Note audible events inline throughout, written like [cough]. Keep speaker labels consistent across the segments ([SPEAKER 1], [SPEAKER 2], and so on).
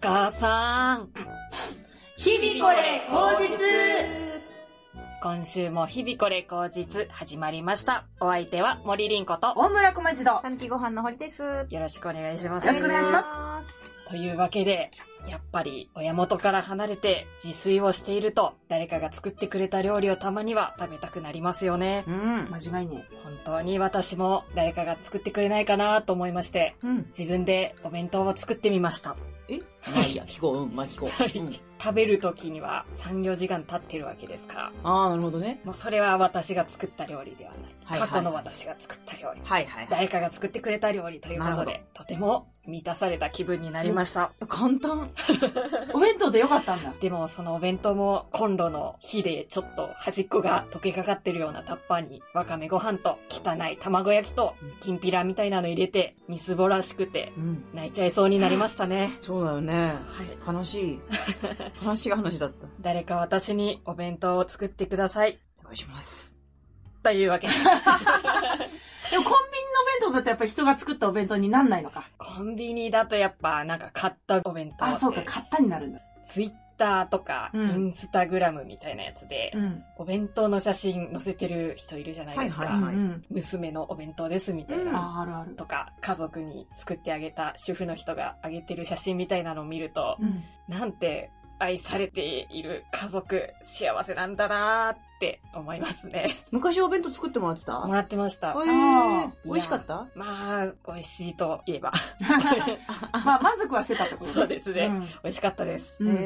[SPEAKER 1] 母さん。
[SPEAKER 2] 日々これ口実
[SPEAKER 1] 今週も日々これ口実始まりました。お相手は森凛子と、
[SPEAKER 2] 大村小町だ
[SPEAKER 3] たぬきご飯の堀です。よ。
[SPEAKER 1] よろしくお願いします。
[SPEAKER 2] よろしくお願いします
[SPEAKER 1] というわけで、やっぱり親元から離れて自炊をしていると、誰かが作ってくれた料理をたまには食べたくなりますよね。
[SPEAKER 3] うん。
[SPEAKER 2] 間違いね
[SPEAKER 1] 本当に私も誰かが作ってくれないかなと思いまして、
[SPEAKER 3] うん。
[SPEAKER 1] 自分でお弁当を作ってみました。
[SPEAKER 4] まあいいや、聞こう、うん、まあ聞こ。
[SPEAKER 1] はいう
[SPEAKER 4] うん、
[SPEAKER 1] 食べる時には3、4時間経ってるわけですから、
[SPEAKER 4] ああ、なるほどね。
[SPEAKER 1] もうそれは私が作った料理ではない。
[SPEAKER 4] はいはい
[SPEAKER 1] 過去の私が作った料理。
[SPEAKER 4] はいはいはい。
[SPEAKER 1] 誰かが作ってくれた料理というこ
[SPEAKER 4] な
[SPEAKER 1] と
[SPEAKER 4] る
[SPEAKER 1] で、とても満たされた気分になりました。
[SPEAKER 4] 簡単。
[SPEAKER 2] お弁当でよかったんだ。
[SPEAKER 1] でもそのお弁当もコンロの火でちょっと端っこが溶けかかってるようなタッパーにわかめご飯と汚い卵焼きときんぴらみたいなの入れてみすぼらしくて
[SPEAKER 4] うん。
[SPEAKER 1] 泣いちゃいそうになりましたね。
[SPEAKER 4] そうだよね。
[SPEAKER 1] はい。
[SPEAKER 4] 悲し [laughs] い。悲しい話だった。
[SPEAKER 1] 誰か私にお弁当を作ってください。
[SPEAKER 4] お願いします。
[SPEAKER 1] というわけで。
[SPEAKER 2] でもコンビニのお弁当だとやっぱり人が作ったお弁当になんないのか。
[SPEAKER 1] コンビニだとやっぱなんか買ったお弁当って。
[SPEAKER 2] あ、そうか、買ったになるんだ。
[SPEAKER 1] ツイッターとか、
[SPEAKER 2] うん
[SPEAKER 1] インスタグラムみたいなやつで、
[SPEAKER 2] ん。
[SPEAKER 1] お弁当の写真載せてる人いるじゃないですか。
[SPEAKER 2] う
[SPEAKER 4] はい
[SPEAKER 2] ん、うん。
[SPEAKER 1] 娘のお弁当ですみたいな。
[SPEAKER 2] あー、あるある。
[SPEAKER 1] とか、家族に作ってあげた主婦の人があげてる写真みたいなのを見ると、
[SPEAKER 2] うん。
[SPEAKER 1] なんて愛されている家族、幸せなんだなーって思います
[SPEAKER 4] [laughs]
[SPEAKER 1] ね。
[SPEAKER 4] 昔お弁当作ってもらってた
[SPEAKER 1] もらってました。
[SPEAKER 4] えー
[SPEAKER 2] あ、
[SPEAKER 1] ー
[SPEAKER 4] 美味しかった
[SPEAKER 1] まあ、美味しいと言えば。 [laughs]
[SPEAKER 2] まあ、満足はしてたってこと
[SPEAKER 1] そうですね美味しかったです。
[SPEAKER 2] うん。うん。
[SPEAKER 4] へ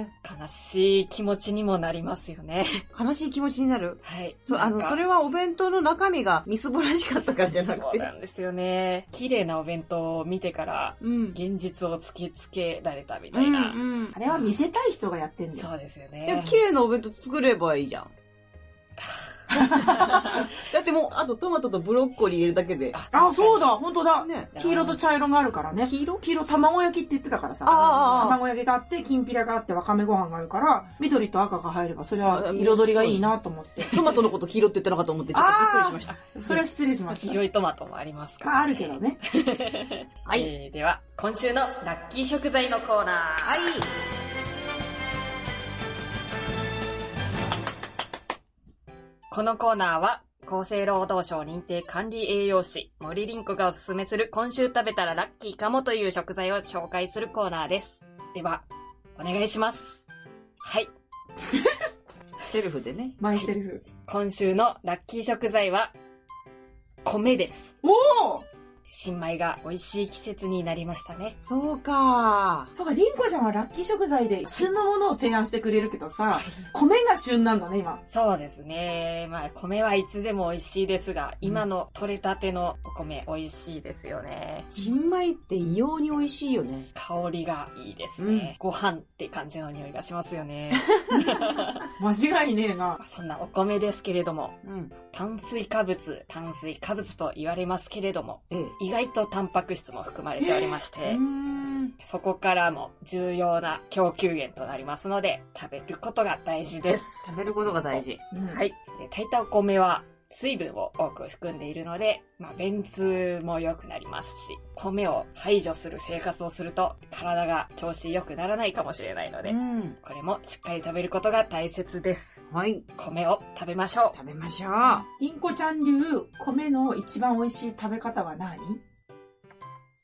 [SPEAKER 4] え。
[SPEAKER 1] 悲しい気持ちにもなりますよ
[SPEAKER 4] [laughs]
[SPEAKER 1] ね。
[SPEAKER 4] 悲しい気持ちになる。
[SPEAKER 1] はい。
[SPEAKER 4] そう、あの、それはお弁当の中身がみすぼらしかったからじゃなく
[SPEAKER 1] そう
[SPEAKER 4] て。
[SPEAKER 1] なんですよね。綺麗なお弁当を見てから、
[SPEAKER 4] うん。
[SPEAKER 1] 現実を突きつけられたみ
[SPEAKER 4] う
[SPEAKER 1] た
[SPEAKER 4] ん
[SPEAKER 1] いな。
[SPEAKER 4] うん
[SPEAKER 2] あ。れは見せたい人がやってんだよ。
[SPEAKER 1] そうですよ
[SPEAKER 4] いや、
[SPEAKER 1] ね。
[SPEAKER 4] 綺麗なお弁当作ればいいじゃん。
[SPEAKER 1] [laughs]
[SPEAKER 4] だってもう、あとトマトとブロッコリー入れるだけで。
[SPEAKER 2] あ、そうだ、
[SPEAKER 1] 確
[SPEAKER 2] 本当だ。
[SPEAKER 4] ね。
[SPEAKER 2] 黄色と茶色があるからね。
[SPEAKER 4] 黄色
[SPEAKER 2] 黄色卵焼きって言ってたからさ。
[SPEAKER 4] ああああ、
[SPEAKER 2] 卵焼きがあって、きんぴらがあって、わかめご飯があるから、緑と赤が入れば、それは彩りがいいなと思って。
[SPEAKER 4] トマトのこと黄色って言ってなかったと思って、ちょっとびっくりしました。
[SPEAKER 2] それは失礼しま
[SPEAKER 1] か
[SPEAKER 2] し [laughs]
[SPEAKER 1] に。
[SPEAKER 2] た。
[SPEAKER 1] 広いトマトもありますから、
[SPEAKER 2] まあ、あるけど。ね。
[SPEAKER 4] はい
[SPEAKER 1] えーでは、今週のラッキー食材のコーナー。
[SPEAKER 4] はい。
[SPEAKER 1] このコーナーは、厚生労働省認定管理栄養士、森凛子がおすすめする今週食べたらラッキーかもという食材を紹介するコーナーです。では、お願いします。はい。
[SPEAKER 4] セルフでね。
[SPEAKER 2] マイセルフ。
[SPEAKER 1] 今週のラッキー食材は、米です。
[SPEAKER 2] おお
[SPEAKER 1] 新米が美味しい季節になりましたね。
[SPEAKER 4] そうか
[SPEAKER 2] そうか、リンコちゃんはラッキー食材で旬のものを提案してくれるけどさ、 [laughs] 米が旬なんだね、今。
[SPEAKER 1] そうですね。まあ、米はいつでも美味しいですが、今の採れたてのお米美味しいですよね。
[SPEAKER 4] 新米って異様に美味しいよね。
[SPEAKER 1] 香りがいいですね。ご飯って感じの匂いがしますよね。
[SPEAKER 2] 間違いねえな。。
[SPEAKER 1] そんなお米ですけれども、
[SPEAKER 4] うん。
[SPEAKER 1] 炭水化物、炭水化物と言われますけれども、
[SPEAKER 4] ええ。
[SPEAKER 1] 意外とタンパク質も含まれておりまし
[SPEAKER 4] うー
[SPEAKER 1] て、
[SPEAKER 4] ん。
[SPEAKER 1] そこからも重要な供給源となりますので、食べることが大事です。
[SPEAKER 4] 食べることが大。事。
[SPEAKER 1] はいい。で炊いたお米は水分を多く含んでいるので、まあ、便通も良くなりますし、米を排除する生活をすると、体が調子良くならないかもしれないので、
[SPEAKER 4] うん。
[SPEAKER 1] これもしっかり食べることが大切です。
[SPEAKER 4] はい。
[SPEAKER 1] 米を食べましょう。
[SPEAKER 4] 食べましょう。
[SPEAKER 2] リンコちゃん流、米の一番美味しい食べ方は [laughs] 何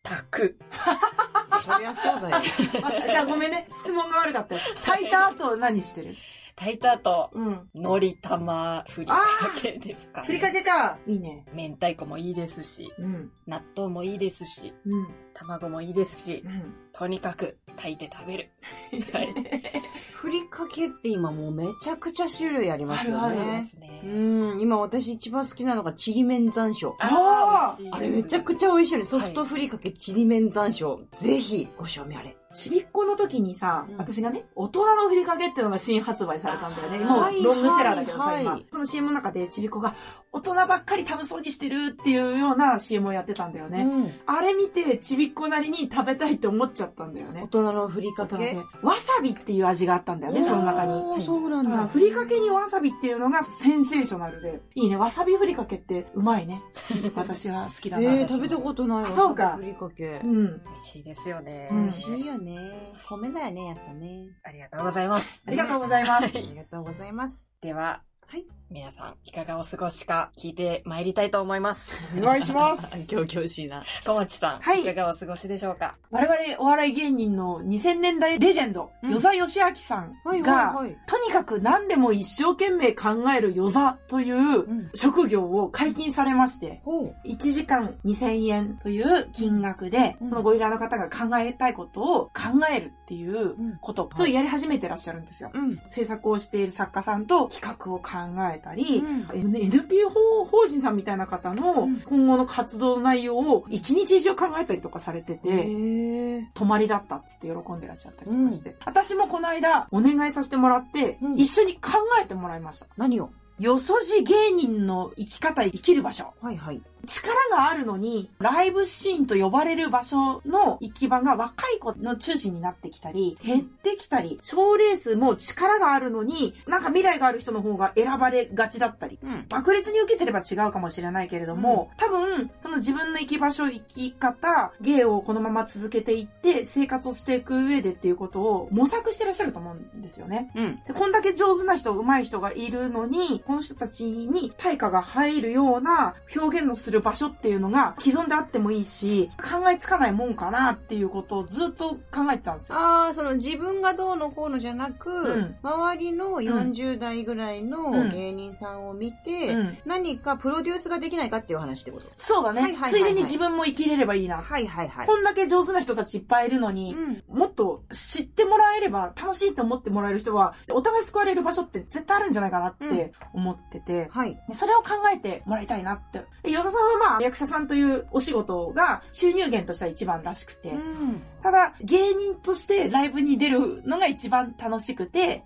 [SPEAKER 1] 炊く。
[SPEAKER 4] [laughs] そりゃそうだよ。
[SPEAKER 2] あじゃあごめんね、質問が悪かったよ。炊いた後何してる
[SPEAKER 1] 炊いた後、
[SPEAKER 2] うん。
[SPEAKER 1] 海苔玉ふりかけですか、ね。
[SPEAKER 2] ふりかけか。いいね。
[SPEAKER 1] 明太子もいいですし、
[SPEAKER 2] うん。
[SPEAKER 1] 納豆もいいですし、
[SPEAKER 2] うん。
[SPEAKER 1] 卵もいいですし
[SPEAKER 2] う、ん。
[SPEAKER 1] とにかく炊いて食べる。はい。
[SPEAKER 4] ふりかけって今もうめちゃくちゃ種類ありますよ
[SPEAKER 2] あるあ
[SPEAKER 1] で
[SPEAKER 4] ね。
[SPEAKER 1] す
[SPEAKER 4] う
[SPEAKER 1] ね。
[SPEAKER 4] ん。今私一番好きなのがちりめん山椒。
[SPEAKER 2] あー
[SPEAKER 1] ー
[SPEAKER 4] あれめちゃくちゃ美味しいよね。ソフト
[SPEAKER 1] はい
[SPEAKER 4] ふりかけちりめん山椒。ぜひ、ご賞味あれ。
[SPEAKER 2] ちびっこの時にさ、
[SPEAKER 4] うん
[SPEAKER 2] 私がね、大人のふりかけっていうのが新発売されたんだよね。
[SPEAKER 1] あー
[SPEAKER 2] も
[SPEAKER 1] は
[SPEAKER 2] う
[SPEAKER 4] い
[SPEAKER 2] ロングセラーだけどさ、
[SPEAKER 4] はい
[SPEAKER 2] 今。その CM の中でちびっこが、大人ばっかり楽しそうにしてるっていうような CM をやってたんだよね。
[SPEAKER 4] うん。
[SPEAKER 2] あれ見て、ちびっこなりに食べたいって思っちゃったんだよ
[SPEAKER 4] 大
[SPEAKER 2] ね。
[SPEAKER 4] 人のふり
[SPEAKER 2] 大
[SPEAKER 4] か
[SPEAKER 2] 人
[SPEAKER 4] け
[SPEAKER 2] で。。わさびっていう味があったんだよね、その中に。
[SPEAKER 4] おーそうなん
[SPEAKER 2] あ
[SPEAKER 4] だ。
[SPEAKER 2] ふりかけにわさびっていうのがセンセーショナルで。いいね、わさびふりかけってうまい
[SPEAKER 4] [laughs]
[SPEAKER 2] ね。私は好きだな。
[SPEAKER 4] えー、
[SPEAKER 2] 私も
[SPEAKER 4] 食べたことないわ。
[SPEAKER 2] あそうか
[SPEAKER 4] ふりかけ
[SPEAKER 2] う。ん。
[SPEAKER 1] 美味しいですよね。
[SPEAKER 2] うん
[SPEAKER 4] 美味しいよね。米だよね、やっぱね。
[SPEAKER 1] ありがとうございます。
[SPEAKER 2] ありがとうございます。
[SPEAKER 4] ありがとうございます。
[SPEAKER 1] では、
[SPEAKER 4] はい
[SPEAKER 1] 皆さん、いかがお過ごしか聞いてまいりたいと思います。
[SPEAKER 2] お願いします
[SPEAKER 4] [laughs] 今日々しいな。
[SPEAKER 1] ともちさん、
[SPEAKER 2] はい
[SPEAKER 1] いかがお過ごしでしょうか
[SPEAKER 2] 我々お笑い芸人の2000年代レジェンド、
[SPEAKER 4] うん
[SPEAKER 2] 与座義明さん
[SPEAKER 4] はい
[SPEAKER 2] が、
[SPEAKER 4] はいはい。
[SPEAKER 2] とにかく何でも一生懸命考える与座という
[SPEAKER 4] うん。
[SPEAKER 2] 職業を解禁されまして、
[SPEAKER 4] ほう。
[SPEAKER 2] 1時間2000円という金額で
[SPEAKER 4] う、ん
[SPEAKER 2] そのご依頼の方が考えたいことを考えるっていうこと、
[SPEAKER 4] うん
[SPEAKER 2] そういうやり始めてらっしゃるんですよ。
[SPEAKER 4] うん。
[SPEAKER 2] 制作をしている作家さんと企画を考えたり、
[SPEAKER 4] うん
[SPEAKER 2] えね NPO 法人さんみたいな方
[SPEAKER 4] う
[SPEAKER 2] の
[SPEAKER 4] ん
[SPEAKER 2] 今後の活動の内容を一日中考えたりとかされてて、
[SPEAKER 4] へえ。
[SPEAKER 2] 泊まりだったっつって喜んでらっしゃったりとかして、私もこの間お願いさせてもらって、
[SPEAKER 4] うん
[SPEAKER 2] 一緒に考えてもらいました。
[SPEAKER 4] 何を
[SPEAKER 2] よそじ芸人の生き方、生きる場所。
[SPEAKER 4] はいはい。
[SPEAKER 2] 力があるのに、ライブシーンと呼ばれる場所の行き場が若い子の中心になってきたり、減ってきたり、賞レースも力があるのに、なんか未来がある人の方が選ばれがちだったり、
[SPEAKER 4] うん。
[SPEAKER 2] 爆裂に受けてれば違うかもしれないけれども、多分、その自分の行き場所、生き方、芸をこのまま続けていって、生活をしていく上でっていうことを模索してらっしゃると思うんですよね。
[SPEAKER 4] うん。
[SPEAKER 2] で、こんだけ上手な人、上手い人がいるのに、この人たちに対価が入るような表現のする場所っていうのが既存であってもいいし、考えつかないもんかなっていうことをずっと考えてたんですよ。
[SPEAKER 4] ああ、その自分がどうのこうのじゃなく、
[SPEAKER 2] うん
[SPEAKER 4] 周りの40代ぐらいうの
[SPEAKER 2] ん
[SPEAKER 4] 芸人さんを見て、
[SPEAKER 2] うん。
[SPEAKER 4] 何かプロデュースができないかっていう話ってこと
[SPEAKER 2] そうだね、
[SPEAKER 4] はいはいはいはい
[SPEAKER 2] ついでに自分も生きれればいいな。
[SPEAKER 4] はいはいはい。
[SPEAKER 2] こんだけ上手な人たちいっぱいいるのに、
[SPEAKER 4] うん。
[SPEAKER 2] もっと知ってもらえれば楽しいと思ってもらえる人は、お互い救われる場所って絶対あるんじゃないかなって思ってて、
[SPEAKER 4] はい。
[SPEAKER 2] でそれを考えてもらいたいなって。で、与田さんはまあ、役者さんというお仕事が収入源としては一番らしくて、
[SPEAKER 4] うん。
[SPEAKER 2] ただ、芸人としてライブに出るのが一番楽しくて、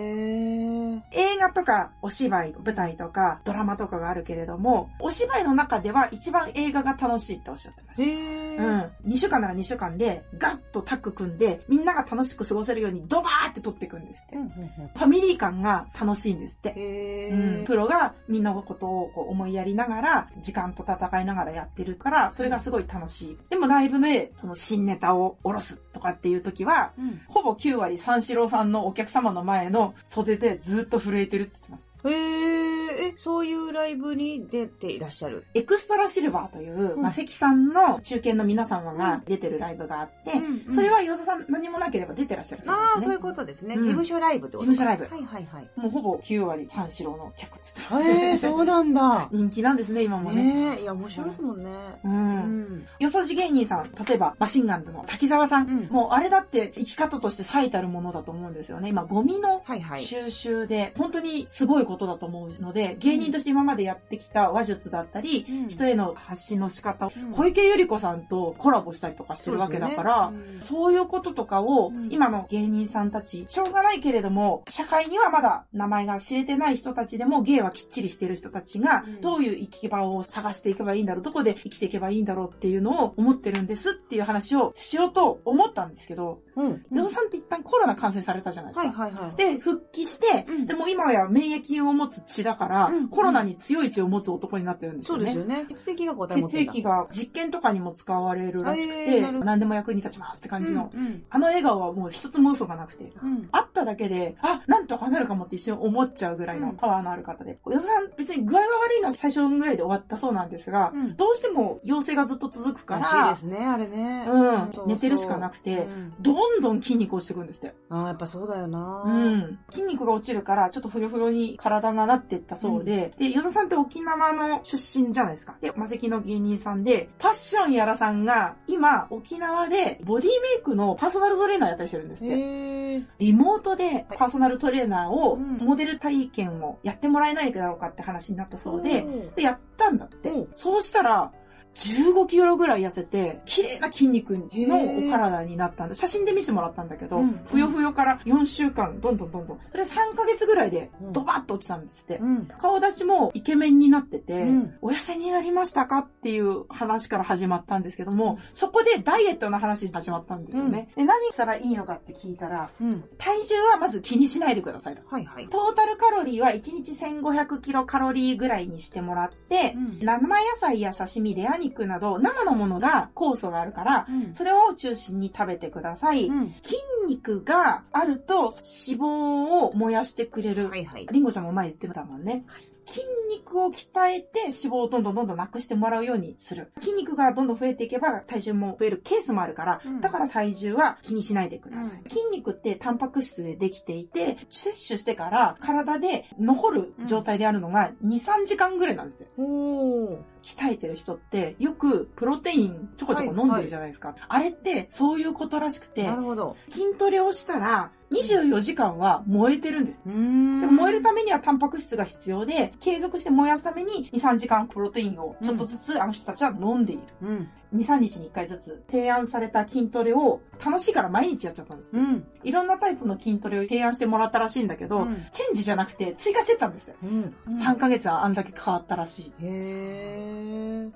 [SPEAKER 4] へえ。
[SPEAKER 2] 映画とかお芝居、舞台とかドラマとかがあるけれども、お芝居の中では一番映画が楽しいっておっしゃってました。
[SPEAKER 4] へえ。
[SPEAKER 2] うん。2週間なら2週間で、ガッとタッグ組んで、みんなが楽しく過ごせるようにドバーって撮っていくんですって。
[SPEAKER 4] うん。
[SPEAKER 2] ファミリー感が楽しいんですって。
[SPEAKER 4] へ
[SPEAKER 2] うん、
[SPEAKER 4] え
[SPEAKER 2] プ。ロがみんなのことをこう思いやりながら、時間と戦いながらやってるから、それがすごい楽しい。でもライブで、その新ネタを下ろすとかっていう時は、
[SPEAKER 4] うん
[SPEAKER 2] ほぼ9割三四郎さんのお客様の前の袖でずっと震えてるって言ってました。
[SPEAKER 4] へえ。え、そういうライブに出ていらっしゃる。
[SPEAKER 2] エクストラシルバーという、
[SPEAKER 4] うん
[SPEAKER 2] まあ、関さんの中堅の皆様が出てるライブがあって、
[SPEAKER 4] うん
[SPEAKER 2] それ、は岩田さん何もなければ出てらっしゃるそうです、ね。
[SPEAKER 4] ああ、そういうことですね。
[SPEAKER 2] うん
[SPEAKER 4] 事務所ライブってことか
[SPEAKER 2] 事務所ライブ
[SPEAKER 4] はいはいはい。
[SPEAKER 2] もうほぼ9割三四郎の客つつ。。
[SPEAKER 4] へえ、そうなんだ
[SPEAKER 2] 人気なんですね、今もね。
[SPEAKER 4] ねえ、いや、面白いですもんね。
[SPEAKER 2] う。
[SPEAKER 4] うんん。
[SPEAKER 2] よそじ芸人さん、例えばマシンガンズの滝沢さん、
[SPEAKER 4] うん
[SPEAKER 2] もうあれだって生き方として最たるものだと思うんですよね。今、ゴミの
[SPEAKER 4] はいはい。
[SPEAKER 2] 収集で、本当にすごいことだと思うので、芸人として今までやってきた話術だったり、
[SPEAKER 4] うん
[SPEAKER 2] 人への発信の仕方、
[SPEAKER 4] うん
[SPEAKER 2] 小池百合子さんとコラボしたりとかしてるわけだから、
[SPEAKER 4] そうですよね
[SPEAKER 2] そういうこととかを、
[SPEAKER 4] うん
[SPEAKER 2] 今の芸人さんたち、しょうがないけれども、社会にはまだ名前が知れてない人たちでも、芸はきっちりしてる人たちが
[SPEAKER 4] うん、
[SPEAKER 2] どういう生き場を探していけばいいんだろう、どこで生きていけばいいんだろうっていうのを思ってるんですっていう話をしようと思ったんですけど、
[SPEAKER 4] うん。
[SPEAKER 2] ヨ、ドさんって一旦コロナ感染されたじゃないですか。
[SPEAKER 4] はいはいはい。
[SPEAKER 2] で、復帰して、
[SPEAKER 4] うん
[SPEAKER 2] でも今や免疫を持つ血だから、
[SPEAKER 4] うん
[SPEAKER 2] コロナに強い血を持つ男になってるんです
[SPEAKER 4] そ
[SPEAKER 2] よ
[SPEAKER 4] うで
[SPEAKER 2] ね。
[SPEAKER 4] すよね。血液が答え持っ
[SPEAKER 2] 血
[SPEAKER 4] てんだ
[SPEAKER 2] 液が実験とかにも使われるらしく
[SPEAKER 4] え
[SPEAKER 2] て、
[SPEAKER 4] ーなるほど
[SPEAKER 2] 何でも役に立ちますって感じの、
[SPEAKER 4] うん
[SPEAKER 2] あの笑顔はもう一つも嘘がなくて、
[SPEAKER 4] うん。うん
[SPEAKER 2] 会っただけで、あ、なんとかなるかもって一瞬思っちゃうぐらいうの
[SPEAKER 4] ん
[SPEAKER 2] パワーのある方で、およさん別に具合は悪いのは最初ぐらいで終わったそうなんですが、
[SPEAKER 4] うん
[SPEAKER 2] どうしても陽性がずっと続くから
[SPEAKER 4] しい
[SPEAKER 2] ら、
[SPEAKER 4] ですね、あれね。
[SPEAKER 2] うん
[SPEAKER 4] そうそう
[SPEAKER 2] 寝てるしかなくて
[SPEAKER 4] うん
[SPEAKER 2] どんどん筋肉落ちてくんですって。
[SPEAKER 4] ああ、やっぱそうだよな。
[SPEAKER 2] うん。筋肉が落ちるから、ちょっとふよふよに体がなってったそうで、で、与田さんって沖縄の出身じゃないですか。で、魔石の芸人さんで、パッションやらさんが、今、沖縄でボディメイクのパーソナルトレーナーやったりしてるんですって。
[SPEAKER 4] へえ。
[SPEAKER 2] リモートでパーソナルトレーナーを、
[SPEAKER 4] うん
[SPEAKER 2] モデル体験をやってもらえないだろうかって話になったそうで、で、やったんだって
[SPEAKER 4] うん。
[SPEAKER 2] そうしたら、 15キロぐらい痩せて、綺麗な筋肉
[SPEAKER 4] へ
[SPEAKER 2] の
[SPEAKER 4] ー
[SPEAKER 2] お体になったんで、写真で見せてもらったんだけど、
[SPEAKER 4] うん
[SPEAKER 2] ふよふよから4週間、どんどんどんどん、それ3ヶ月ぐらいで、ドバッと落ちたんですって。
[SPEAKER 4] うん。
[SPEAKER 2] 顔立ちもイケメンになってて、
[SPEAKER 4] うん
[SPEAKER 2] お痩せになりましたかっていう話から始まったんですけども、そこでダイエットの話始まったんですよね。で何したらいいのかって聞いたら、
[SPEAKER 4] うん。
[SPEAKER 2] 体重はまず気にしないでくださいと。
[SPEAKER 4] はいはい。
[SPEAKER 2] トータルカロリーは1日1500キロカロリーぐらいにしてもらって、
[SPEAKER 4] うん
[SPEAKER 2] 生野菜や刺身、レア肉など生のものが酵素があるから、
[SPEAKER 4] うん
[SPEAKER 2] それを中心に食べてください。
[SPEAKER 4] うん。
[SPEAKER 2] 筋肉があると脂肪を燃やしてくれる
[SPEAKER 4] はいはい。
[SPEAKER 2] リンゴちゃんも前言ってたもんね。筋肉を鍛えて脂肪をどんどんどんどんなくしてもらうようにする。筋肉がどんどん増えていけば体重も増えるケースもあるから、
[SPEAKER 4] うん
[SPEAKER 2] だから体重は気にしないでください。
[SPEAKER 4] う
[SPEAKER 2] 筋肉ってタンパク質でできていて、摂取してから体で残る状態であるのが2、3時間ぐらいなんですよ。
[SPEAKER 4] おー。
[SPEAKER 2] 鍛えてる人ってよくプロテインちょこちょこ飲んでるじゃないですか。あれってそういうことらしくて
[SPEAKER 4] な、るほど。
[SPEAKER 2] 筋トレをしたら24時間は燃えてるんです。
[SPEAKER 4] うーん。
[SPEAKER 2] でも燃えるためにはタンパク質が必要で、継続して燃やすために2、3時間プロテインをちょっとずつあの人たちは飲んでいる。
[SPEAKER 4] うん。
[SPEAKER 2] 2、3日に1回ずつ提案された筋トレを楽しいから毎日やっちゃったんです。
[SPEAKER 4] うん。
[SPEAKER 2] いろんなタイプの筋トレを提案してもらったらしいんだけど、
[SPEAKER 4] うん
[SPEAKER 2] チェンジじゃなくて追加してったんですよ。
[SPEAKER 4] うん。
[SPEAKER 2] 3ヶ月はあんだけ変わったらしい。っ
[SPEAKER 4] へー。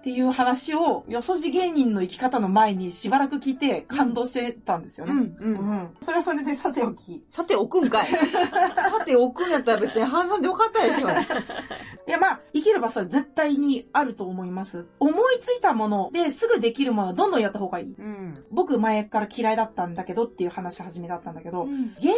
[SPEAKER 2] ていう話を、よそじ芸人の生き方の前にしばらく聞いて感動してたんですよ
[SPEAKER 4] う
[SPEAKER 2] ね。
[SPEAKER 4] ん。う。
[SPEAKER 2] うんん。それはそれでさておき、
[SPEAKER 4] さて、置くんかい。さて、置くんやったら別に半さんでよかったでしょ。
[SPEAKER 2] いや、まあ、生きる場所は絶対にあると思います。思いついたものですぐできるものはどんどんやった方がいい。
[SPEAKER 4] うん。
[SPEAKER 2] 僕前から嫌いだったんだけどっていう話始めだったんだけど、芸人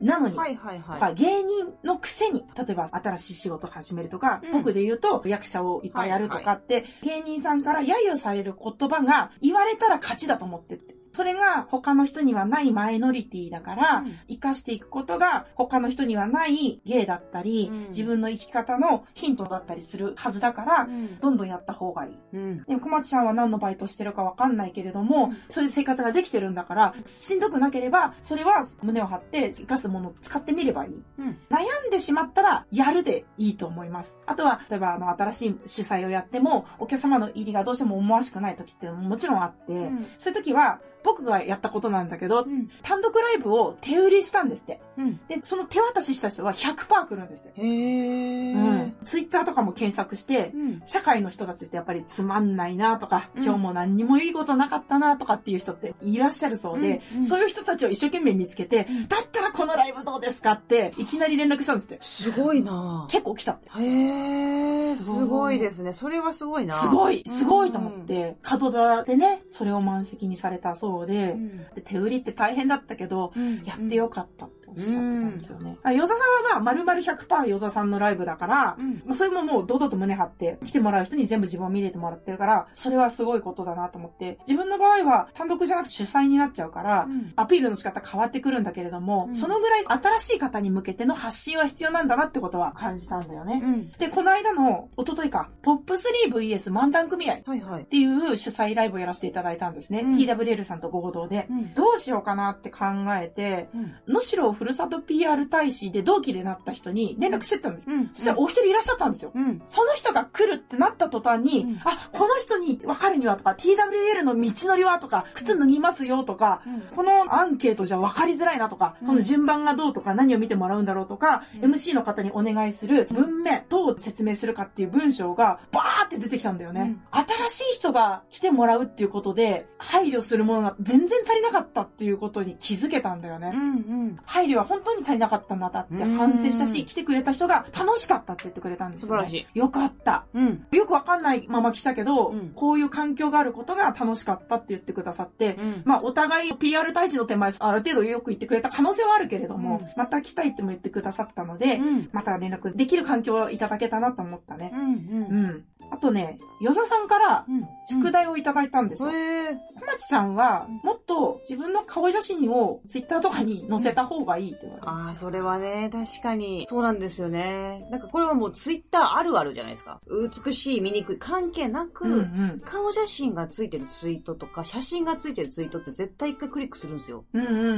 [SPEAKER 2] なのに、
[SPEAKER 4] はいはい
[SPEAKER 2] と
[SPEAKER 4] は
[SPEAKER 2] か
[SPEAKER 4] い。
[SPEAKER 2] 芸人のくせに、例えば新しい仕事を始めるとか、
[SPEAKER 4] うん
[SPEAKER 2] 僕で言うと役者をいっぱいやるとかって、芸人さんから揶揄される言葉が言われたら勝ちだと思ってって。それが他の人にはないマイノリティだから、
[SPEAKER 4] うん
[SPEAKER 2] 生かしていくことが他の人にはない芸だったり、
[SPEAKER 4] うん
[SPEAKER 2] 自分の生き方のヒントだったりするはずだから、どんどんやった方がいい。
[SPEAKER 4] うん。
[SPEAKER 2] でも小町さんは何のバイトしてるかわかんないけれども、
[SPEAKER 4] うん
[SPEAKER 2] それで生活ができてるんだから、しんどくなければ、それは胸を張って生かすものを使ってみればいい。
[SPEAKER 4] うん
[SPEAKER 2] 悩んでしまったら、やるでいいと思います。あとは、例えばあの、新しい主催をやっても、お客様の入りがどうしても思わしくない時っていうのももちろんあって、
[SPEAKER 4] うん。
[SPEAKER 2] そういう時は、僕がやったことなんだけど
[SPEAKER 4] う、ん。
[SPEAKER 2] 単独ライブを手売りしたんですって。
[SPEAKER 4] うん。
[SPEAKER 2] で、その手渡しした人は100%来るんですって。
[SPEAKER 4] へー。
[SPEAKER 2] うん。ツイッターとかも検索して、
[SPEAKER 4] うん。
[SPEAKER 2] 社会の人たちってやっぱりつまんないなとか、
[SPEAKER 4] うん
[SPEAKER 2] 今日も何にもいいことなかったなとかっていう人っていらっしゃるそうで、
[SPEAKER 4] うんうん
[SPEAKER 2] そういう人たちを一生懸命見つけて、
[SPEAKER 4] うん
[SPEAKER 2] だったらこのライブどうですかって、いきなり連絡したんですって。
[SPEAKER 4] すごいな
[SPEAKER 2] 結構来たって。
[SPEAKER 4] へー。
[SPEAKER 2] す
[SPEAKER 4] す
[SPEAKER 2] ごい
[SPEAKER 4] ごいですね。それはすごいな
[SPEAKER 2] すごい、すごいと思って、角座でね、それを満席にされたそうで、
[SPEAKER 4] うん。
[SPEAKER 2] で手売りって大変だったけど、
[SPEAKER 4] うん
[SPEAKER 2] やってよかったっておっしゃってたんですよね。あヨザさんはまあ、丸々100%ヨザさんのライブだから
[SPEAKER 4] う、ん。
[SPEAKER 2] もうそれももう堂々と胸張って、来てもらう人に全部自分を見れてもらってるから、それはすごいことだなと思って、自分の場合は単独じゃなくて主催になっちゃうから
[SPEAKER 4] う、ん。
[SPEAKER 2] アピールの仕方変わってくるんだけれども、
[SPEAKER 4] うん
[SPEAKER 2] そのぐらい新しい方に向けての発信は必要なんだなってことは感じたんだよね。
[SPEAKER 4] うん。
[SPEAKER 2] で、この間の、おとといか、ポップスリー VS 漫談組合っ
[SPEAKER 4] はいはい。
[SPEAKER 2] ていう主催ライブをやらせていただいたんですね。
[SPEAKER 4] うん
[SPEAKER 2] TWL さんと合同で。
[SPEAKER 4] うん。
[SPEAKER 2] どうしようかなって考えて、
[SPEAKER 4] うん。
[SPEAKER 2] 能代ふるさと PR 大使で同期でなった人に連絡してったんです。
[SPEAKER 4] うん。
[SPEAKER 2] そしたらお一人いらっしゃったんですよ。
[SPEAKER 4] うん。
[SPEAKER 2] その人が来るってなった途端に、
[SPEAKER 4] うん
[SPEAKER 2] あ、この人に分かるにはとか、TWL の道のりはとか、靴脱ぎますよとか、
[SPEAKER 4] うん。
[SPEAKER 2] このアンケートじゃ分かりづらいなとか、
[SPEAKER 4] うん
[SPEAKER 2] この順番がどうとか、何を見てもらうんだろうとか、
[SPEAKER 4] うん
[SPEAKER 2] MC の方にお願いする文面、どう説明するかっていう文章がバーって出てきたんだよね。新しい人が来てもらうっていうことで、配慮するものが全然足りなかったっていうことに気づけたんだよね。
[SPEAKER 4] うん。うん。
[SPEAKER 2] 配慮は本当に足りなかったんだなって反省したし、来てくれた人が楽しかったって言ってくれたんですよ、ね。
[SPEAKER 4] 素晴らし
[SPEAKER 2] い。よかった。
[SPEAKER 4] うん。
[SPEAKER 2] よくわかんないまま来たけど、
[SPEAKER 4] うん
[SPEAKER 2] こういう環境があることが楽しかったって言ってくださって、
[SPEAKER 4] うん。
[SPEAKER 2] まあ、お互い PR 大使の手前、ある程度よく言ってくれた可能性はあるけれども、
[SPEAKER 4] うん
[SPEAKER 2] また来たいっても言ってくださったので、
[SPEAKER 4] うん。
[SPEAKER 2] また連絡できる環境をいただけたなと思ったね
[SPEAKER 4] う。ん。
[SPEAKER 2] うん。あとね、与座さんから
[SPEAKER 4] うん。
[SPEAKER 2] 宿題をいただいたんですよ。
[SPEAKER 4] へー。
[SPEAKER 2] 小町ちゃんは
[SPEAKER 4] うん、
[SPEAKER 2] もっと自分の顔写真をツイッターとかに載せた方がいいって言われた。
[SPEAKER 4] ああ、それはね、確かに。そうなんですよね。なんかこれはもうツイッターあるあるじゃないですか。美しい、醜い、関係なく、
[SPEAKER 2] うん
[SPEAKER 4] 顔写真がついてるツイートとか、写真がついてるツイートって絶対一回クリックするんですよ。
[SPEAKER 2] うんうんうんうんう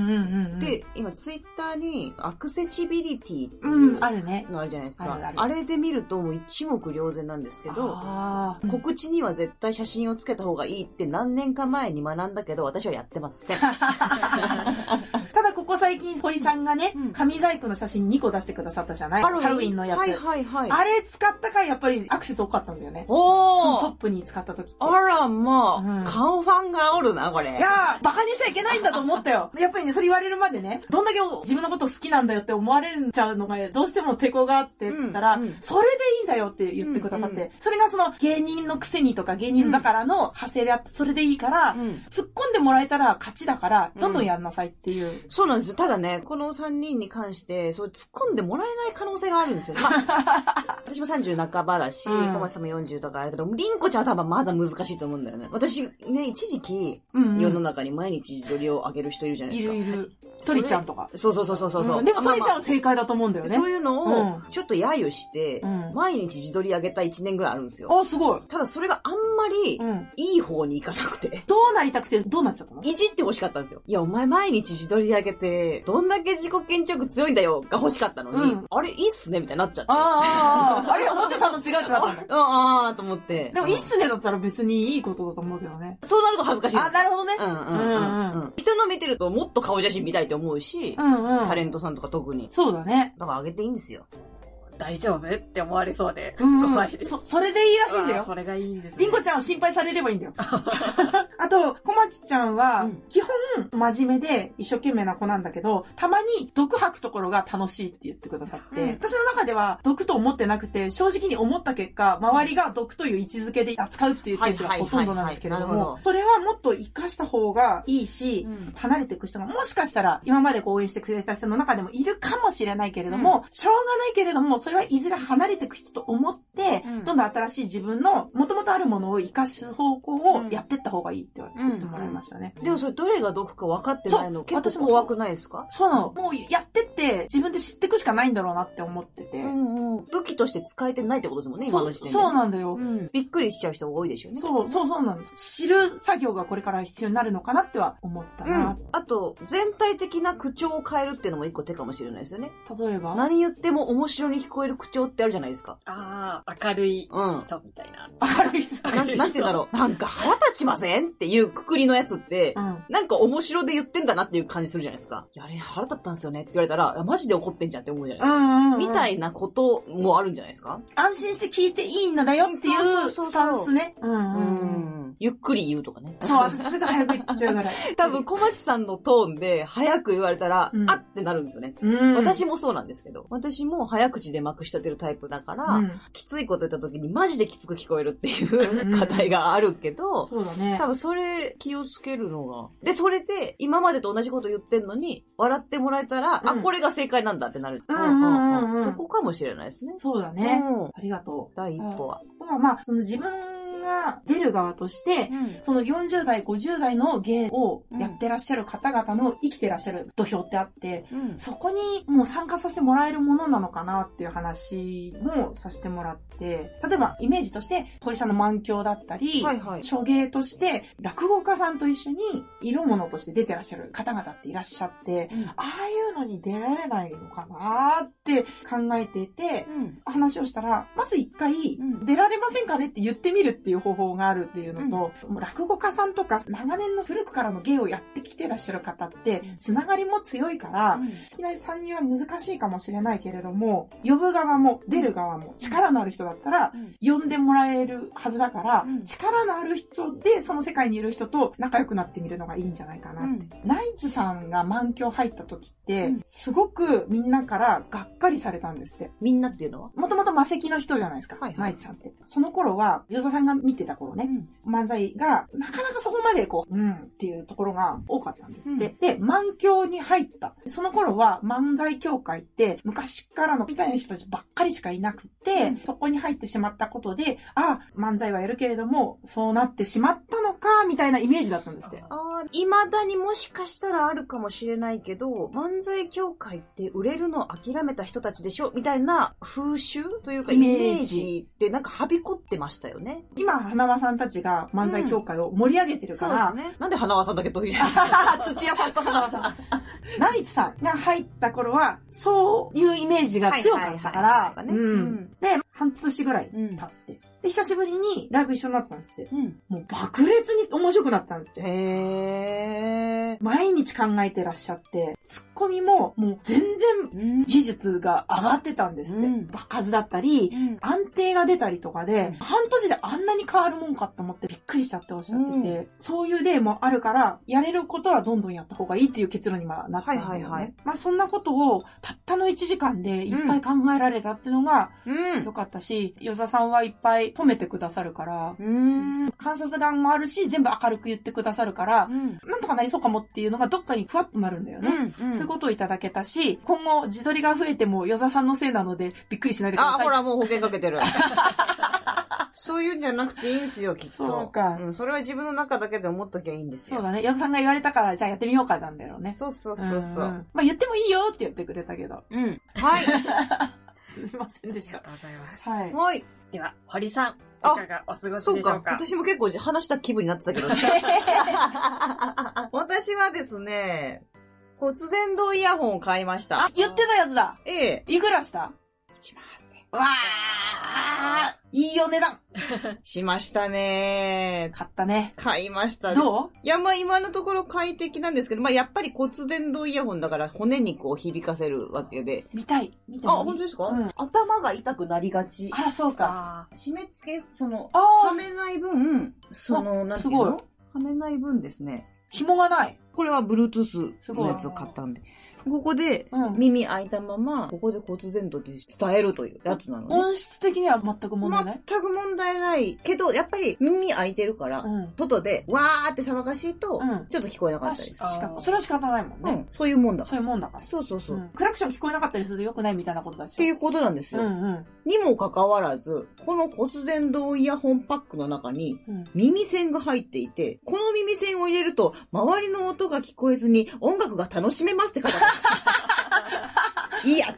[SPEAKER 2] ん。、、
[SPEAKER 4] で、今ツイッターにアクセシビリティっていううん
[SPEAKER 2] あるね。
[SPEAKER 4] のあるじゃないですか。
[SPEAKER 2] あるあ
[SPEAKER 4] あ
[SPEAKER 2] る
[SPEAKER 4] れで見るともう一目瞭然なんですけど、
[SPEAKER 2] あー
[SPEAKER 4] 告知には絶対写真をつけた方がいいって何年か前に学んだけど、私はやってませ [laughs] ん。
[SPEAKER 2] ただここ最近、堀さんがね
[SPEAKER 1] うん、
[SPEAKER 2] 紙細工の写真2個出してくださったじゃないハロウィンのやつ。
[SPEAKER 4] はいはいはい。
[SPEAKER 2] あれ使った回、やっぱりアクセス多かったんだよね。そのトッ
[SPEAKER 4] おー
[SPEAKER 2] プに使った時って。
[SPEAKER 4] あら、ま
[SPEAKER 2] うん
[SPEAKER 4] あ、顔ファンがおるな、これ。
[SPEAKER 2] いやー、バカにしちゃいけないんだと思ったよ。 [laughs] やっぱりね、それ言われるまでね、どんだけ自分のこと好きなんだよって思われちゃうのが、どうしても抵抗があって、つったら、
[SPEAKER 4] うんうん
[SPEAKER 2] それでいいんだよって言ってくださって、
[SPEAKER 4] うんうん
[SPEAKER 2] それがその芸人のくせにとか芸人だからの派生であって、それでいいから、
[SPEAKER 4] うん
[SPEAKER 2] 突っ込んでもらえたら勝ちだから、どんどんやんなさいっていう。
[SPEAKER 4] そうなんですよ。ただね、この3人に関して、そう突っ込んでもらえない可能性があるんですよね。まあ、 [laughs] 私も30半ばだし、
[SPEAKER 2] うん
[SPEAKER 4] 小町さんも40とかあるけど、りんこちゃんは多分まだ難しいと思うんだよね。私ね、一時期、
[SPEAKER 2] うんうん
[SPEAKER 4] 世の中に毎日自撮りを上げる人いるじゃない
[SPEAKER 2] い
[SPEAKER 4] ですか。
[SPEAKER 2] るいる。鳥ちゃんとか。
[SPEAKER 4] そうそうそうそうそうそう、
[SPEAKER 2] うんでも鳥ちゃん
[SPEAKER 4] まあ
[SPEAKER 2] は正解だと思うんだよ
[SPEAKER 4] まあ
[SPEAKER 2] ね。
[SPEAKER 4] そういうのを
[SPEAKER 2] う、
[SPEAKER 4] ちょっと揶揄して、
[SPEAKER 2] うん
[SPEAKER 4] 毎日自撮り上げた1年ぐらいあるんですよ。
[SPEAKER 2] あ、すごい。
[SPEAKER 4] ただそれがあんまり
[SPEAKER 2] う、ん。
[SPEAKER 4] いい方に行かなくて。
[SPEAKER 2] どうなりたくて、どうなっちゃったの
[SPEAKER 4] いじって欲しかったんですよ。いや、お前毎日自撮り上げて、どんだけ自己顕著欲強いんだよが欲しかったのに、
[SPEAKER 2] うん
[SPEAKER 4] あれいいっすねみたいになっちゃって。
[SPEAKER 2] あ [laughs] ーあー、あーあれ思ってたの違うってなったの。
[SPEAKER 4] うん、あーと思って。
[SPEAKER 2] でも、いいっすねだったら別にいいことだと思うけどね。
[SPEAKER 4] そうなると恥ずかしいです
[SPEAKER 2] あ、なるほどね。
[SPEAKER 4] うんうんうん
[SPEAKER 2] う
[SPEAKER 4] うん。人の見てるともっと顔写真見たいと思うし
[SPEAKER 2] う、んうん。
[SPEAKER 4] タレントさんとか特に。
[SPEAKER 2] そうだね。
[SPEAKER 4] だから上げていいんですよ。
[SPEAKER 1] 大丈夫って思われそうで、
[SPEAKER 2] うんう
[SPEAKER 1] 怖
[SPEAKER 2] ん
[SPEAKER 1] い。です。
[SPEAKER 2] そ、それでいいらしいんだ
[SPEAKER 1] うわーそ
[SPEAKER 2] よ。
[SPEAKER 1] れがいいんです、ね。
[SPEAKER 2] りんこちゃんを心配されればいいん
[SPEAKER 4] [laughs]
[SPEAKER 2] だよ。あと、こまちちゃんは
[SPEAKER 4] うん、
[SPEAKER 2] 基本真面目で一生懸命な子なんだけど、たまに毒吐くところが楽しいって言ってくださって、
[SPEAKER 4] うん
[SPEAKER 2] 私の中では毒と思ってなくて、正直に思った結果、周りが毒という位置づけで扱うっていうケースがほとんどなんですけれど
[SPEAKER 4] はいはいはい
[SPEAKER 2] も
[SPEAKER 4] は、
[SPEAKER 2] それはもっと活かした方がいいし、
[SPEAKER 4] うん
[SPEAKER 2] 離れていく人がもしかしたら今までこう応援してくれた人の中でもいるかもしれないけれども、しょうがないけれども、それはいずれ離れていく人と思って、
[SPEAKER 4] うん
[SPEAKER 2] どんどん新しい自分の元々あるものを活かす方向をやっていった方がいいって言ってもらいましたね。
[SPEAKER 4] でもそれどれが毒か分かってない
[SPEAKER 2] そ
[SPEAKER 4] の
[SPEAKER 2] う
[SPEAKER 4] 結構怖くないですか
[SPEAKER 2] そうなの。もうやってって自分で知っていくしかないんだろうなって思ってて。
[SPEAKER 4] うんうん。武器として使えてないってことですもんね、今
[SPEAKER 2] そ
[SPEAKER 4] の
[SPEAKER 2] う
[SPEAKER 4] 時点で。
[SPEAKER 2] そうなんだよ。
[SPEAKER 4] うん。びっくりしちゃう人多いでしょうね。
[SPEAKER 2] そう、そうそうなんです。知る作業がこれから必要になるのかなっては思った
[SPEAKER 4] う
[SPEAKER 2] な。
[SPEAKER 4] ん。あと、全体的な口調を変えるっていうのも一個手かもしれないですよね。
[SPEAKER 2] 例えば
[SPEAKER 4] 何言っても面白に聞こえる口調ってあるじゃないですか。
[SPEAKER 1] ああ、明るい
[SPEAKER 4] うん
[SPEAKER 1] 人みたいな。
[SPEAKER 2] 明るい
[SPEAKER 4] [laughs]
[SPEAKER 2] さ。
[SPEAKER 4] なん、なんて言うんだろう。なんか腹立ちませんっていうくくりのやつって
[SPEAKER 2] う、ん。
[SPEAKER 4] なんか面白で言ってんだなっていう感じするじゃないですか。いや、あれ腹立ったんですよねって言われたら、いやマジで怒ってんじゃんって思うじゃな
[SPEAKER 2] う
[SPEAKER 4] いですか。
[SPEAKER 2] んうん、うん。
[SPEAKER 4] みたいなこともあるんじゃないですか
[SPEAKER 2] 安心して聞いていいんだよっていう
[SPEAKER 4] そうそうそうそう
[SPEAKER 2] スタンスね。う
[SPEAKER 4] うんん。ゆっくり言うとかね。
[SPEAKER 2] そう、私すぐ早く行っちゃうから。
[SPEAKER 4] 多分、小町さんのトーンで早く言われたら、
[SPEAKER 2] うん
[SPEAKER 4] あってなるんですよね。
[SPEAKER 2] うん、
[SPEAKER 4] 私も [laughs] そうなんですけど、私も早口でまくし立てるタイプだから、
[SPEAKER 2] うん、
[SPEAKER 4] きついこと言った時にマジできつく聞こえるってい
[SPEAKER 2] うん
[SPEAKER 4] う課題があるけど、
[SPEAKER 2] そうだね
[SPEAKER 4] 多。分それ気をつけるのが。で、それで今までと同じこと言ってんのに、笑ってもらえたら、
[SPEAKER 2] うん
[SPEAKER 4] あ、これが正解なんだってなる。
[SPEAKER 2] うんうんうんうん
[SPEAKER 4] そこかもしれないですね。
[SPEAKER 2] そうだね。
[SPEAKER 4] うん
[SPEAKER 2] ありがと
[SPEAKER 4] 第一歩は。
[SPEAKER 2] う。あとはまあ、その自分が出る側として、その40代、50代の芸をやってらっしゃる方々の生きてらっしゃる土俵ってあって、
[SPEAKER 4] うん
[SPEAKER 2] そこにもう参加させてもらえるものなのかなっていう話もさせてもらって、例えばイメージとして、堀さんの満響だったり、
[SPEAKER 4] はいはい。
[SPEAKER 2] 書芸として落語家さんと一緒に色物として出てらっしゃる方々っていらっしゃって、
[SPEAKER 4] うん
[SPEAKER 2] ああいうのに出られないのかなーって考えていて、
[SPEAKER 4] うん
[SPEAKER 2] 話をしたら、まず一回
[SPEAKER 4] う、ん
[SPEAKER 2] 出られませんかねって言ってみるっていう方法があるっていうのと、もう落語家さんとか長年の古くからの芸をやってきてらっしゃる方って
[SPEAKER 4] うん、
[SPEAKER 2] つながりも強いから、好きな参入は難しいかもしれないけれども、呼ぶ側も出る側も力のある人だったら、
[SPEAKER 4] うん
[SPEAKER 2] 呼んでもらえるはずだから、
[SPEAKER 4] うん
[SPEAKER 2] 力のある人でその世界にいる人と仲良くなってみるのがいいんじゃないかな。
[SPEAKER 4] うん
[SPEAKER 2] ナイツさんが満響入った時って、
[SPEAKER 4] うん
[SPEAKER 2] すごくみんなからがっかりされたんですって。
[SPEAKER 4] みんなっていうのは
[SPEAKER 2] もともと魔石の人じゃないですか、
[SPEAKER 4] はいはい
[SPEAKER 2] ナイツさんって。その頃は、ヨザさんが見てた頃ね、漫才が、なかなかそこまでこう、うんっていうところが多かったんですって。
[SPEAKER 4] う
[SPEAKER 2] で、満響に入った。その頃は漫才協会って昔からのみたいな人たちばっかりしかいなくて、
[SPEAKER 4] うん
[SPEAKER 2] そこに入ってしまったことで、あ、漫才はやるけれども、そうなってしまったのか、みたいなイメージだったんですって。
[SPEAKER 4] ああ、未だにもしかしたらあるかもしれないけど、漫才協会って売れるの諦めた人たちでしょみたいな風習というか
[SPEAKER 2] イ
[SPEAKER 4] イ
[SPEAKER 2] メージ
[SPEAKER 4] メージってなんかはびこってましたよね。
[SPEAKER 2] 今、花輪さんたちが漫才協会を盛り上げてる
[SPEAKER 4] そ
[SPEAKER 2] か
[SPEAKER 4] うで
[SPEAKER 2] ら、
[SPEAKER 4] すね。なんで花輪さんだけ途切れ
[SPEAKER 2] [laughs] 土屋さんと花
[SPEAKER 4] [laughs]
[SPEAKER 2] 輪さん。ナイツさんが入った頃は、そういうイメージが強かったか
[SPEAKER 4] はい
[SPEAKER 2] ら
[SPEAKER 4] はい、は
[SPEAKER 2] う
[SPEAKER 4] いはいはい
[SPEAKER 2] んで、半年ぐらい経って、で、久しぶりにライブ一緒になったんですって。
[SPEAKER 4] うん。
[SPEAKER 2] もう爆裂に面白くなったんですって。
[SPEAKER 4] へえ。
[SPEAKER 2] 毎日考えてらっしゃって、ツッコミももう全然
[SPEAKER 4] うん。
[SPEAKER 2] 技術が上がってたんですって。
[SPEAKER 4] うん
[SPEAKER 2] 場数だったり、
[SPEAKER 4] うん
[SPEAKER 2] 安定が出たりとかで、
[SPEAKER 4] うん
[SPEAKER 2] 半年であんなに変わるもんかと思ってびっくりしちゃっておっしゃってて、そういう例もあるから、やれることはどんどんやった方がいいっていう結論にまあなったんだよね。
[SPEAKER 4] はいはいはい
[SPEAKER 2] まあそんなことをたったの1時間でいっぱい考えられたっていうのが
[SPEAKER 4] うん
[SPEAKER 2] 良。かったし、与座さんはいっぱい褒めてくださるから、
[SPEAKER 4] うん。
[SPEAKER 2] 観察眼もあるし、全部明るく言ってくださるから、
[SPEAKER 4] うん。
[SPEAKER 2] なんとかなりそうかもっていうのがどっかにふわっとなるんだよね。
[SPEAKER 4] うん。
[SPEAKER 2] そういうことをいただけたし、今後自撮りが増えても、与座さんのせいなので、びっくりしないでくだ
[SPEAKER 4] あ、
[SPEAKER 2] さい。
[SPEAKER 4] ほら、もう保険か
[SPEAKER 2] [laughs]
[SPEAKER 4] けてる。そういうんじゃなくていいんすよ、きっと。
[SPEAKER 2] そうか
[SPEAKER 4] ん、それは自分の中だけで思っときゃいいんですよ。
[SPEAKER 2] そうだね。与座さんが言われたから、じゃあやってみようかなんだろうね。
[SPEAKER 4] そうそうそうそ
[SPEAKER 2] ん
[SPEAKER 4] う。
[SPEAKER 2] んまあ言ってもいいよって言ってくれた
[SPEAKER 4] [laughs]
[SPEAKER 2] けど、
[SPEAKER 4] うん。はい。
[SPEAKER 2] すいませんでした。
[SPEAKER 1] とうございます。
[SPEAKER 2] はい。
[SPEAKER 4] はい。
[SPEAKER 1] では、堀さん、い
[SPEAKER 4] あ
[SPEAKER 1] かがお過ごしでしょ
[SPEAKER 4] そう
[SPEAKER 1] うか
[SPEAKER 4] か。私も結構話した気分になってたけ
[SPEAKER 2] [laughs]
[SPEAKER 4] ど。私はですね、骨伝導イヤホンを買いました
[SPEAKER 2] あ、。言ってたやつだ
[SPEAKER 4] ええ。
[SPEAKER 2] いくらした
[SPEAKER 4] 1万
[SPEAKER 2] わあいいお値段
[SPEAKER 4] 8000しましたね。
[SPEAKER 2] 買ったね。
[SPEAKER 4] 買いましたね。
[SPEAKER 2] どう
[SPEAKER 4] いや、まあ今のところ快適なんですけど、まあやっぱり骨伝導イヤホンだから骨にこう響かせるわけで。
[SPEAKER 2] 見たい。見て
[SPEAKER 4] あ、
[SPEAKER 2] もいい
[SPEAKER 4] 本当ですか、
[SPEAKER 2] うん
[SPEAKER 4] 頭が痛くなりがち
[SPEAKER 2] あ。ら、そうか。
[SPEAKER 1] あ
[SPEAKER 4] 締め付け、その、
[SPEAKER 2] あ
[SPEAKER 4] は
[SPEAKER 2] あ、
[SPEAKER 4] めない分、その、なんてい
[SPEAKER 2] す
[SPEAKER 4] うの
[SPEAKER 2] ごい
[SPEAKER 4] はめない分ですね。
[SPEAKER 2] 紐がない。
[SPEAKER 4] これは Bluetooth
[SPEAKER 2] すごい
[SPEAKER 4] のやつを買ったんで。ここで、
[SPEAKER 2] うん
[SPEAKER 4] 耳開いたまま、ここで骨伝導で伝えるというやつなのね。
[SPEAKER 2] 音質的には全く問題ない。
[SPEAKER 4] 全く問題ないけど、やっぱり耳開いてるから、
[SPEAKER 2] うん。
[SPEAKER 4] 外でわーって騒がしいと、
[SPEAKER 2] うん
[SPEAKER 4] ちょっと聞こえなか
[SPEAKER 2] あ
[SPEAKER 4] った
[SPEAKER 2] し
[SPEAKER 4] り
[SPEAKER 2] し。かもそれは仕方ないもん
[SPEAKER 4] う
[SPEAKER 2] ね。
[SPEAKER 4] ん、そういうもんだ。
[SPEAKER 2] そういうもんだから。
[SPEAKER 4] そうそうそう。
[SPEAKER 2] う
[SPEAKER 4] っ
[SPEAKER 2] んクラクション聞こえなかったりすると良くないみたいなことだし。
[SPEAKER 4] ていうことなんです
[SPEAKER 2] う
[SPEAKER 4] よ。
[SPEAKER 2] んうん。
[SPEAKER 4] にもかかわらず、この骨伝導イヤホンパックの中に、
[SPEAKER 2] うん
[SPEAKER 4] 耳栓が入っていて、この耳栓を入れると、周りの音が聞こえずに音楽が楽しめますって方
[SPEAKER 2] [laughs]
[SPEAKER 4] がいや、違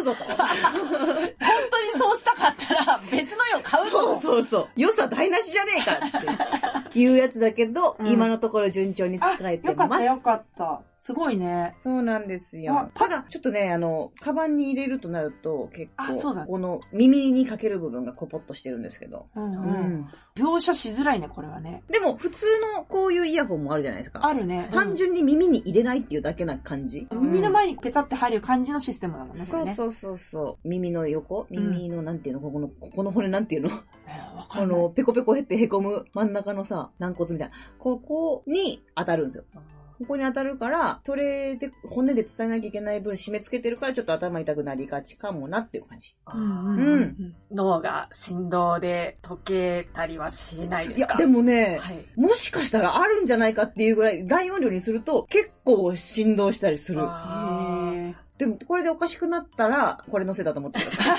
[SPEAKER 4] うぞと。
[SPEAKER 2] 本当にそうしたかったら [laughs] 別のよ買うぞ
[SPEAKER 4] そうそうそう。良さ台無しじゃねえかっていうやつだけど、
[SPEAKER 2] うん
[SPEAKER 4] 今のところ順調に使
[SPEAKER 2] あ、
[SPEAKER 4] えて
[SPEAKER 2] よかっ
[SPEAKER 4] ま
[SPEAKER 2] た
[SPEAKER 4] す。
[SPEAKER 2] よかった。すごいね。
[SPEAKER 4] そうなんです
[SPEAKER 2] あ
[SPEAKER 4] よ。ただ、ちょっとね、あの、カバンに入れるとなると、結
[SPEAKER 2] あそう
[SPEAKER 4] 構
[SPEAKER 2] だ、
[SPEAKER 4] この耳にかける部分がコポッとしてるんですけど。
[SPEAKER 2] うん
[SPEAKER 1] う
[SPEAKER 2] うん。描写しづらいね、これはね。
[SPEAKER 4] でも、普通のこういうイヤホンもあるじゃないですか。
[SPEAKER 2] あるね。
[SPEAKER 4] 単純に耳に入れないっていうだけな感じ。
[SPEAKER 2] うん耳の前にペタって入る感じのシステムなのね、こ
[SPEAKER 4] そ
[SPEAKER 2] れ
[SPEAKER 4] う
[SPEAKER 2] ね。
[SPEAKER 4] そうそうそう。耳の横
[SPEAKER 2] ん
[SPEAKER 4] 耳のなんていうのここの、ここの骨なんていうの
[SPEAKER 2] えーわか
[SPEAKER 4] こ
[SPEAKER 2] んない
[SPEAKER 4] の、ペコペコへってへこむ真ん中のさ、軟骨みたいな。ここに当たるんですよ。
[SPEAKER 1] ー
[SPEAKER 4] ここに当たるから、それで骨で伝えなきゃいけない分締め付けてるからちょっと頭痛くなりがちかもなっていう感じ。
[SPEAKER 1] あ
[SPEAKER 2] うんうん
[SPEAKER 1] ー
[SPEAKER 2] うんう。
[SPEAKER 4] うん
[SPEAKER 1] 脳が振動で溶けたりはしないで
[SPEAKER 4] い
[SPEAKER 1] す
[SPEAKER 4] や
[SPEAKER 1] か、
[SPEAKER 4] でもね、
[SPEAKER 1] はい。
[SPEAKER 4] もしかしたらあるんじゃないかっていうぐらい大音量にすると結構振動したりする。
[SPEAKER 1] あー
[SPEAKER 2] へー
[SPEAKER 4] でも、これでおかしくなったら、これのせいだと思ってください。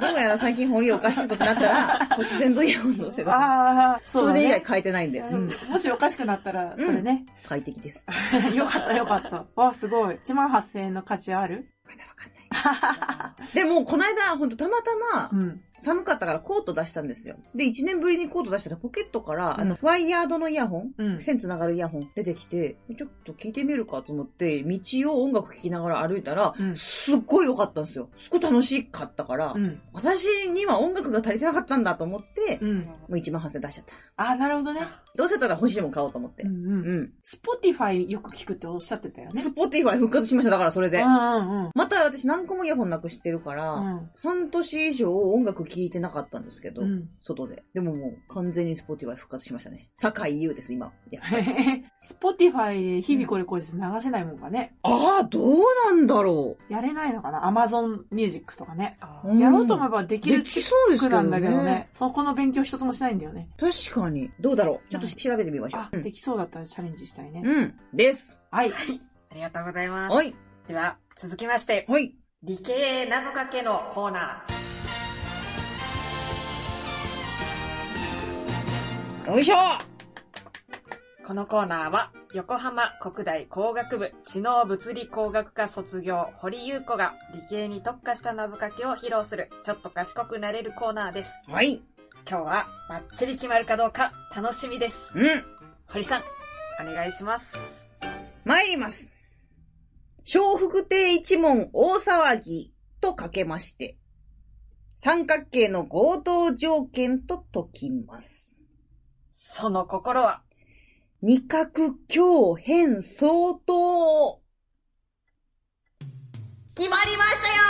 [SPEAKER 4] どうやら最近堀おかしいぞってなったら、骨伝導イヤホンのせいだ。
[SPEAKER 2] ああ、
[SPEAKER 4] そ
[SPEAKER 2] そうだ
[SPEAKER 4] れ以
[SPEAKER 2] ね
[SPEAKER 4] 外。変えてないんで。うん
[SPEAKER 2] うんもしおかしくなったら、それね。
[SPEAKER 4] 快適です。
[SPEAKER 2] [laughs]
[SPEAKER 4] ま
[SPEAKER 2] よかったよかった。わ、すごい。1万8000円の価値ある
[SPEAKER 4] だわかんない。 [laughs] でも、この間、ほんとたまたま、
[SPEAKER 2] うん。
[SPEAKER 4] 寒かったからコート出したんですよ。で、1年ぶりにコート出したら、ポケットから、あ
[SPEAKER 2] う
[SPEAKER 4] の
[SPEAKER 2] ん、
[SPEAKER 4] ワイヤードのイヤホン
[SPEAKER 2] うん。
[SPEAKER 4] 線つながるイヤホン出てきて、ちょっと聞いてみるかと思って、道を音楽聴きながら歩いたら、
[SPEAKER 2] うん
[SPEAKER 4] すっごい良かったんですよ。すごい楽しかったから、
[SPEAKER 2] うん。
[SPEAKER 4] 私には音楽が足りてなかったんだと思って、
[SPEAKER 2] うん。
[SPEAKER 4] もう1万8000出しちゃった。
[SPEAKER 2] ああ、なるほどね。
[SPEAKER 4] どうせだったら欲しいもん買おうと思って
[SPEAKER 2] う。んうん。
[SPEAKER 4] うん。
[SPEAKER 2] スポティファイよく聞くっておっしゃってたよね。
[SPEAKER 4] スポティファイ復活しました、だからそれ
[SPEAKER 2] うん
[SPEAKER 4] で。
[SPEAKER 2] うんうん。
[SPEAKER 4] また私何個もイヤホンなくしてるから、
[SPEAKER 2] うん
[SPEAKER 4] 半年以上音楽聴いてなかったんですけ
[SPEAKER 2] [laughs]
[SPEAKER 4] ど、
[SPEAKER 2] うん。
[SPEAKER 4] 外で。でももう完全にスポティファイ復活しましたね。坂井優です、今。いや
[SPEAKER 2] スポティファイで日々これこいつ流せないもんかね。
[SPEAKER 4] ああ、どうなんだろ
[SPEAKER 2] やれないのかなアマゾンミュージックとかね。
[SPEAKER 1] あ
[SPEAKER 4] う。
[SPEAKER 1] ー
[SPEAKER 4] ん
[SPEAKER 2] やろうと思えばでき
[SPEAKER 4] で
[SPEAKER 2] るチ
[SPEAKER 4] き
[SPEAKER 2] ッ
[SPEAKER 4] そうです
[SPEAKER 2] ク
[SPEAKER 4] けど
[SPEAKER 2] な
[SPEAKER 4] ね。
[SPEAKER 2] んだけどね。そこの勉強一つもしないんだよね。
[SPEAKER 4] 確かに。どうだろう。ちょっと調べてみましょう
[SPEAKER 2] あ。、できそうだったらチャレンジしたいね
[SPEAKER 4] う。ん。うん。です。
[SPEAKER 2] はい。
[SPEAKER 1] ありがとうございます。
[SPEAKER 4] はい。
[SPEAKER 1] では、続きまして、
[SPEAKER 4] はい。
[SPEAKER 1] 理系謎かけのコーナー。
[SPEAKER 4] よいしょ
[SPEAKER 1] このコーナーは、横浜国大工学部知能物理工学科卒業、堀優子が理系に特化した謎かけを披露する、ちょっと賢くなれるコーナーです。
[SPEAKER 4] はい。
[SPEAKER 1] 今日は、バッチリ決まるかどうか、楽しみです。
[SPEAKER 4] うん。
[SPEAKER 1] 堀さん、お願いします。
[SPEAKER 4] 参ります。笑福亭一門大騒ぎとかけまして、三角形の合同条件と解きます。
[SPEAKER 1] その心は、
[SPEAKER 4] 二角強変相当決まりましたよー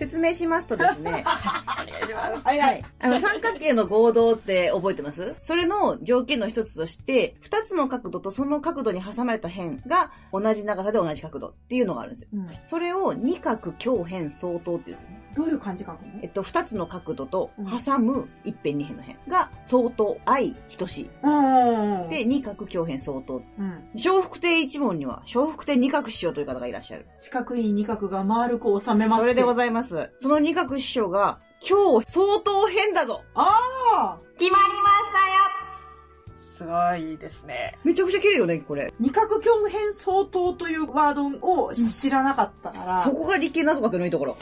[SPEAKER 4] 説明しますとですね、
[SPEAKER 1] お願いします。
[SPEAKER 2] はいはい。
[SPEAKER 4] あの三角形の合同って覚えてますそれの条件の一つとして、二つの角度とその角度に挟まれた辺が同じ長さで同じ角度っていうのがあるんですよ。
[SPEAKER 2] うん
[SPEAKER 4] それを二角強変相当っていうんですよね。
[SPEAKER 2] どういう感じかなの
[SPEAKER 4] えっと、二つの角度と挟む一辺二辺の辺が相当、相等し
[SPEAKER 2] うんうんうん。
[SPEAKER 4] い。で、二角強変相当。
[SPEAKER 2] うん。
[SPEAKER 4] 小福亭一門には、小福亭二角師匠という方がいらっしゃる。
[SPEAKER 2] 四角い二角が丸く収めます。
[SPEAKER 4] それでご
[SPEAKER 2] ざ
[SPEAKER 4] ざいます。その二角師匠が、今日相当変だぞ
[SPEAKER 2] あー
[SPEAKER 4] 決まりましたよ
[SPEAKER 1] すごいですね。
[SPEAKER 4] めちゃくちゃ綺麗よね、これ。
[SPEAKER 2] 二角共変相当というワードを知らなかったから、
[SPEAKER 4] そこが理系謎かけのいいところ。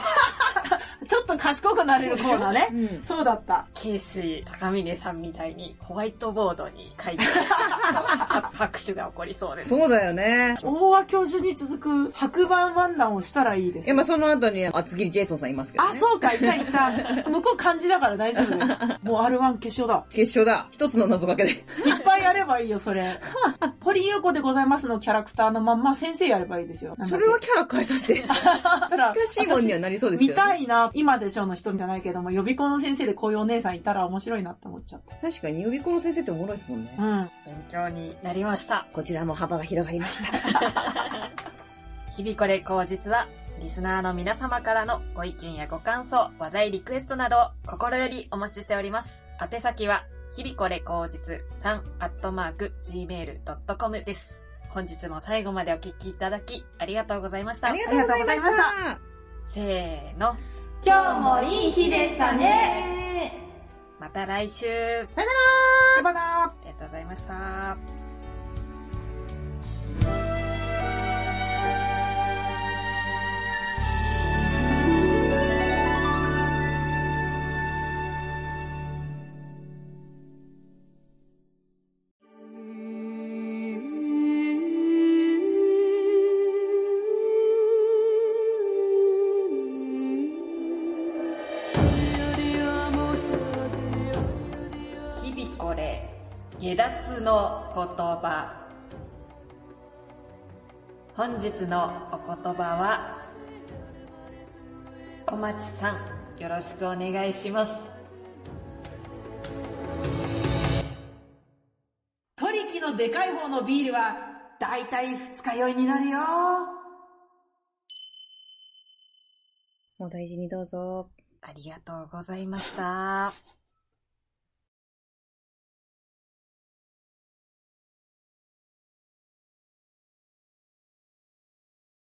[SPEAKER 2] ちょっと賢くなれるコーナーね。
[SPEAKER 4] ん。
[SPEAKER 2] そうだった。
[SPEAKER 1] ケイシー高峰さんみたいにホワイトボードに書いて、 [laughs] 拍手が起こりそうです。
[SPEAKER 4] そうだよね。
[SPEAKER 2] 大和教授に続く白板ワンダンをしたらいいです
[SPEAKER 4] いや、。まあ、その後に厚切りジェイソンさんいますけど、ね。
[SPEAKER 2] あ、そうか、いたいた。向こう漢字だから大丈夫だ
[SPEAKER 4] [laughs]
[SPEAKER 2] よ。もう R1 決勝だ。
[SPEAKER 4] 決勝だ。一つの謎かけで。
[SPEAKER 2] いっぱいやればいいよ、それ。堀優子でございますのキャラクターのまんま先生やればいいですよ。
[SPEAKER 4] それはキャラ変えさせて。
[SPEAKER 2] なんだっけ、
[SPEAKER 4] 難しいもんにはなりそうですけ
[SPEAKER 2] 見
[SPEAKER 4] ど、ね。
[SPEAKER 2] たいな、今でしょうの人じゃないけども、予備校の先生でこういうお姉さんいたら面白いなって思っちゃっ
[SPEAKER 4] 確かに予備校の先生っておもろいですもんね
[SPEAKER 2] た。。うん。
[SPEAKER 1] 勉強になりました。
[SPEAKER 4] こちらも幅が広がりました。
[SPEAKER 1] 日々これ口実は、リスナーの皆様からのご意見やご感想、話題リクエストなどを心よりお待ちしております。宛先は、日々これ口実3アットマーク gmail.com です。本日も最後までお聞きいただき、ありがとうございました。
[SPEAKER 2] とうございました
[SPEAKER 4] た。
[SPEAKER 1] せーの、
[SPEAKER 2] 今日もいい日でしたね。
[SPEAKER 1] また来週あり
[SPEAKER 2] バイバイなー
[SPEAKER 1] がとうございました。日々これ下脱の言葉本日のお言葉は小町さんよろしくお願いします
[SPEAKER 2] トリキのでかい方のビールは、だいたい二日酔いになるよ
[SPEAKER 4] お大事にどうぞ。
[SPEAKER 1] ありがとうございました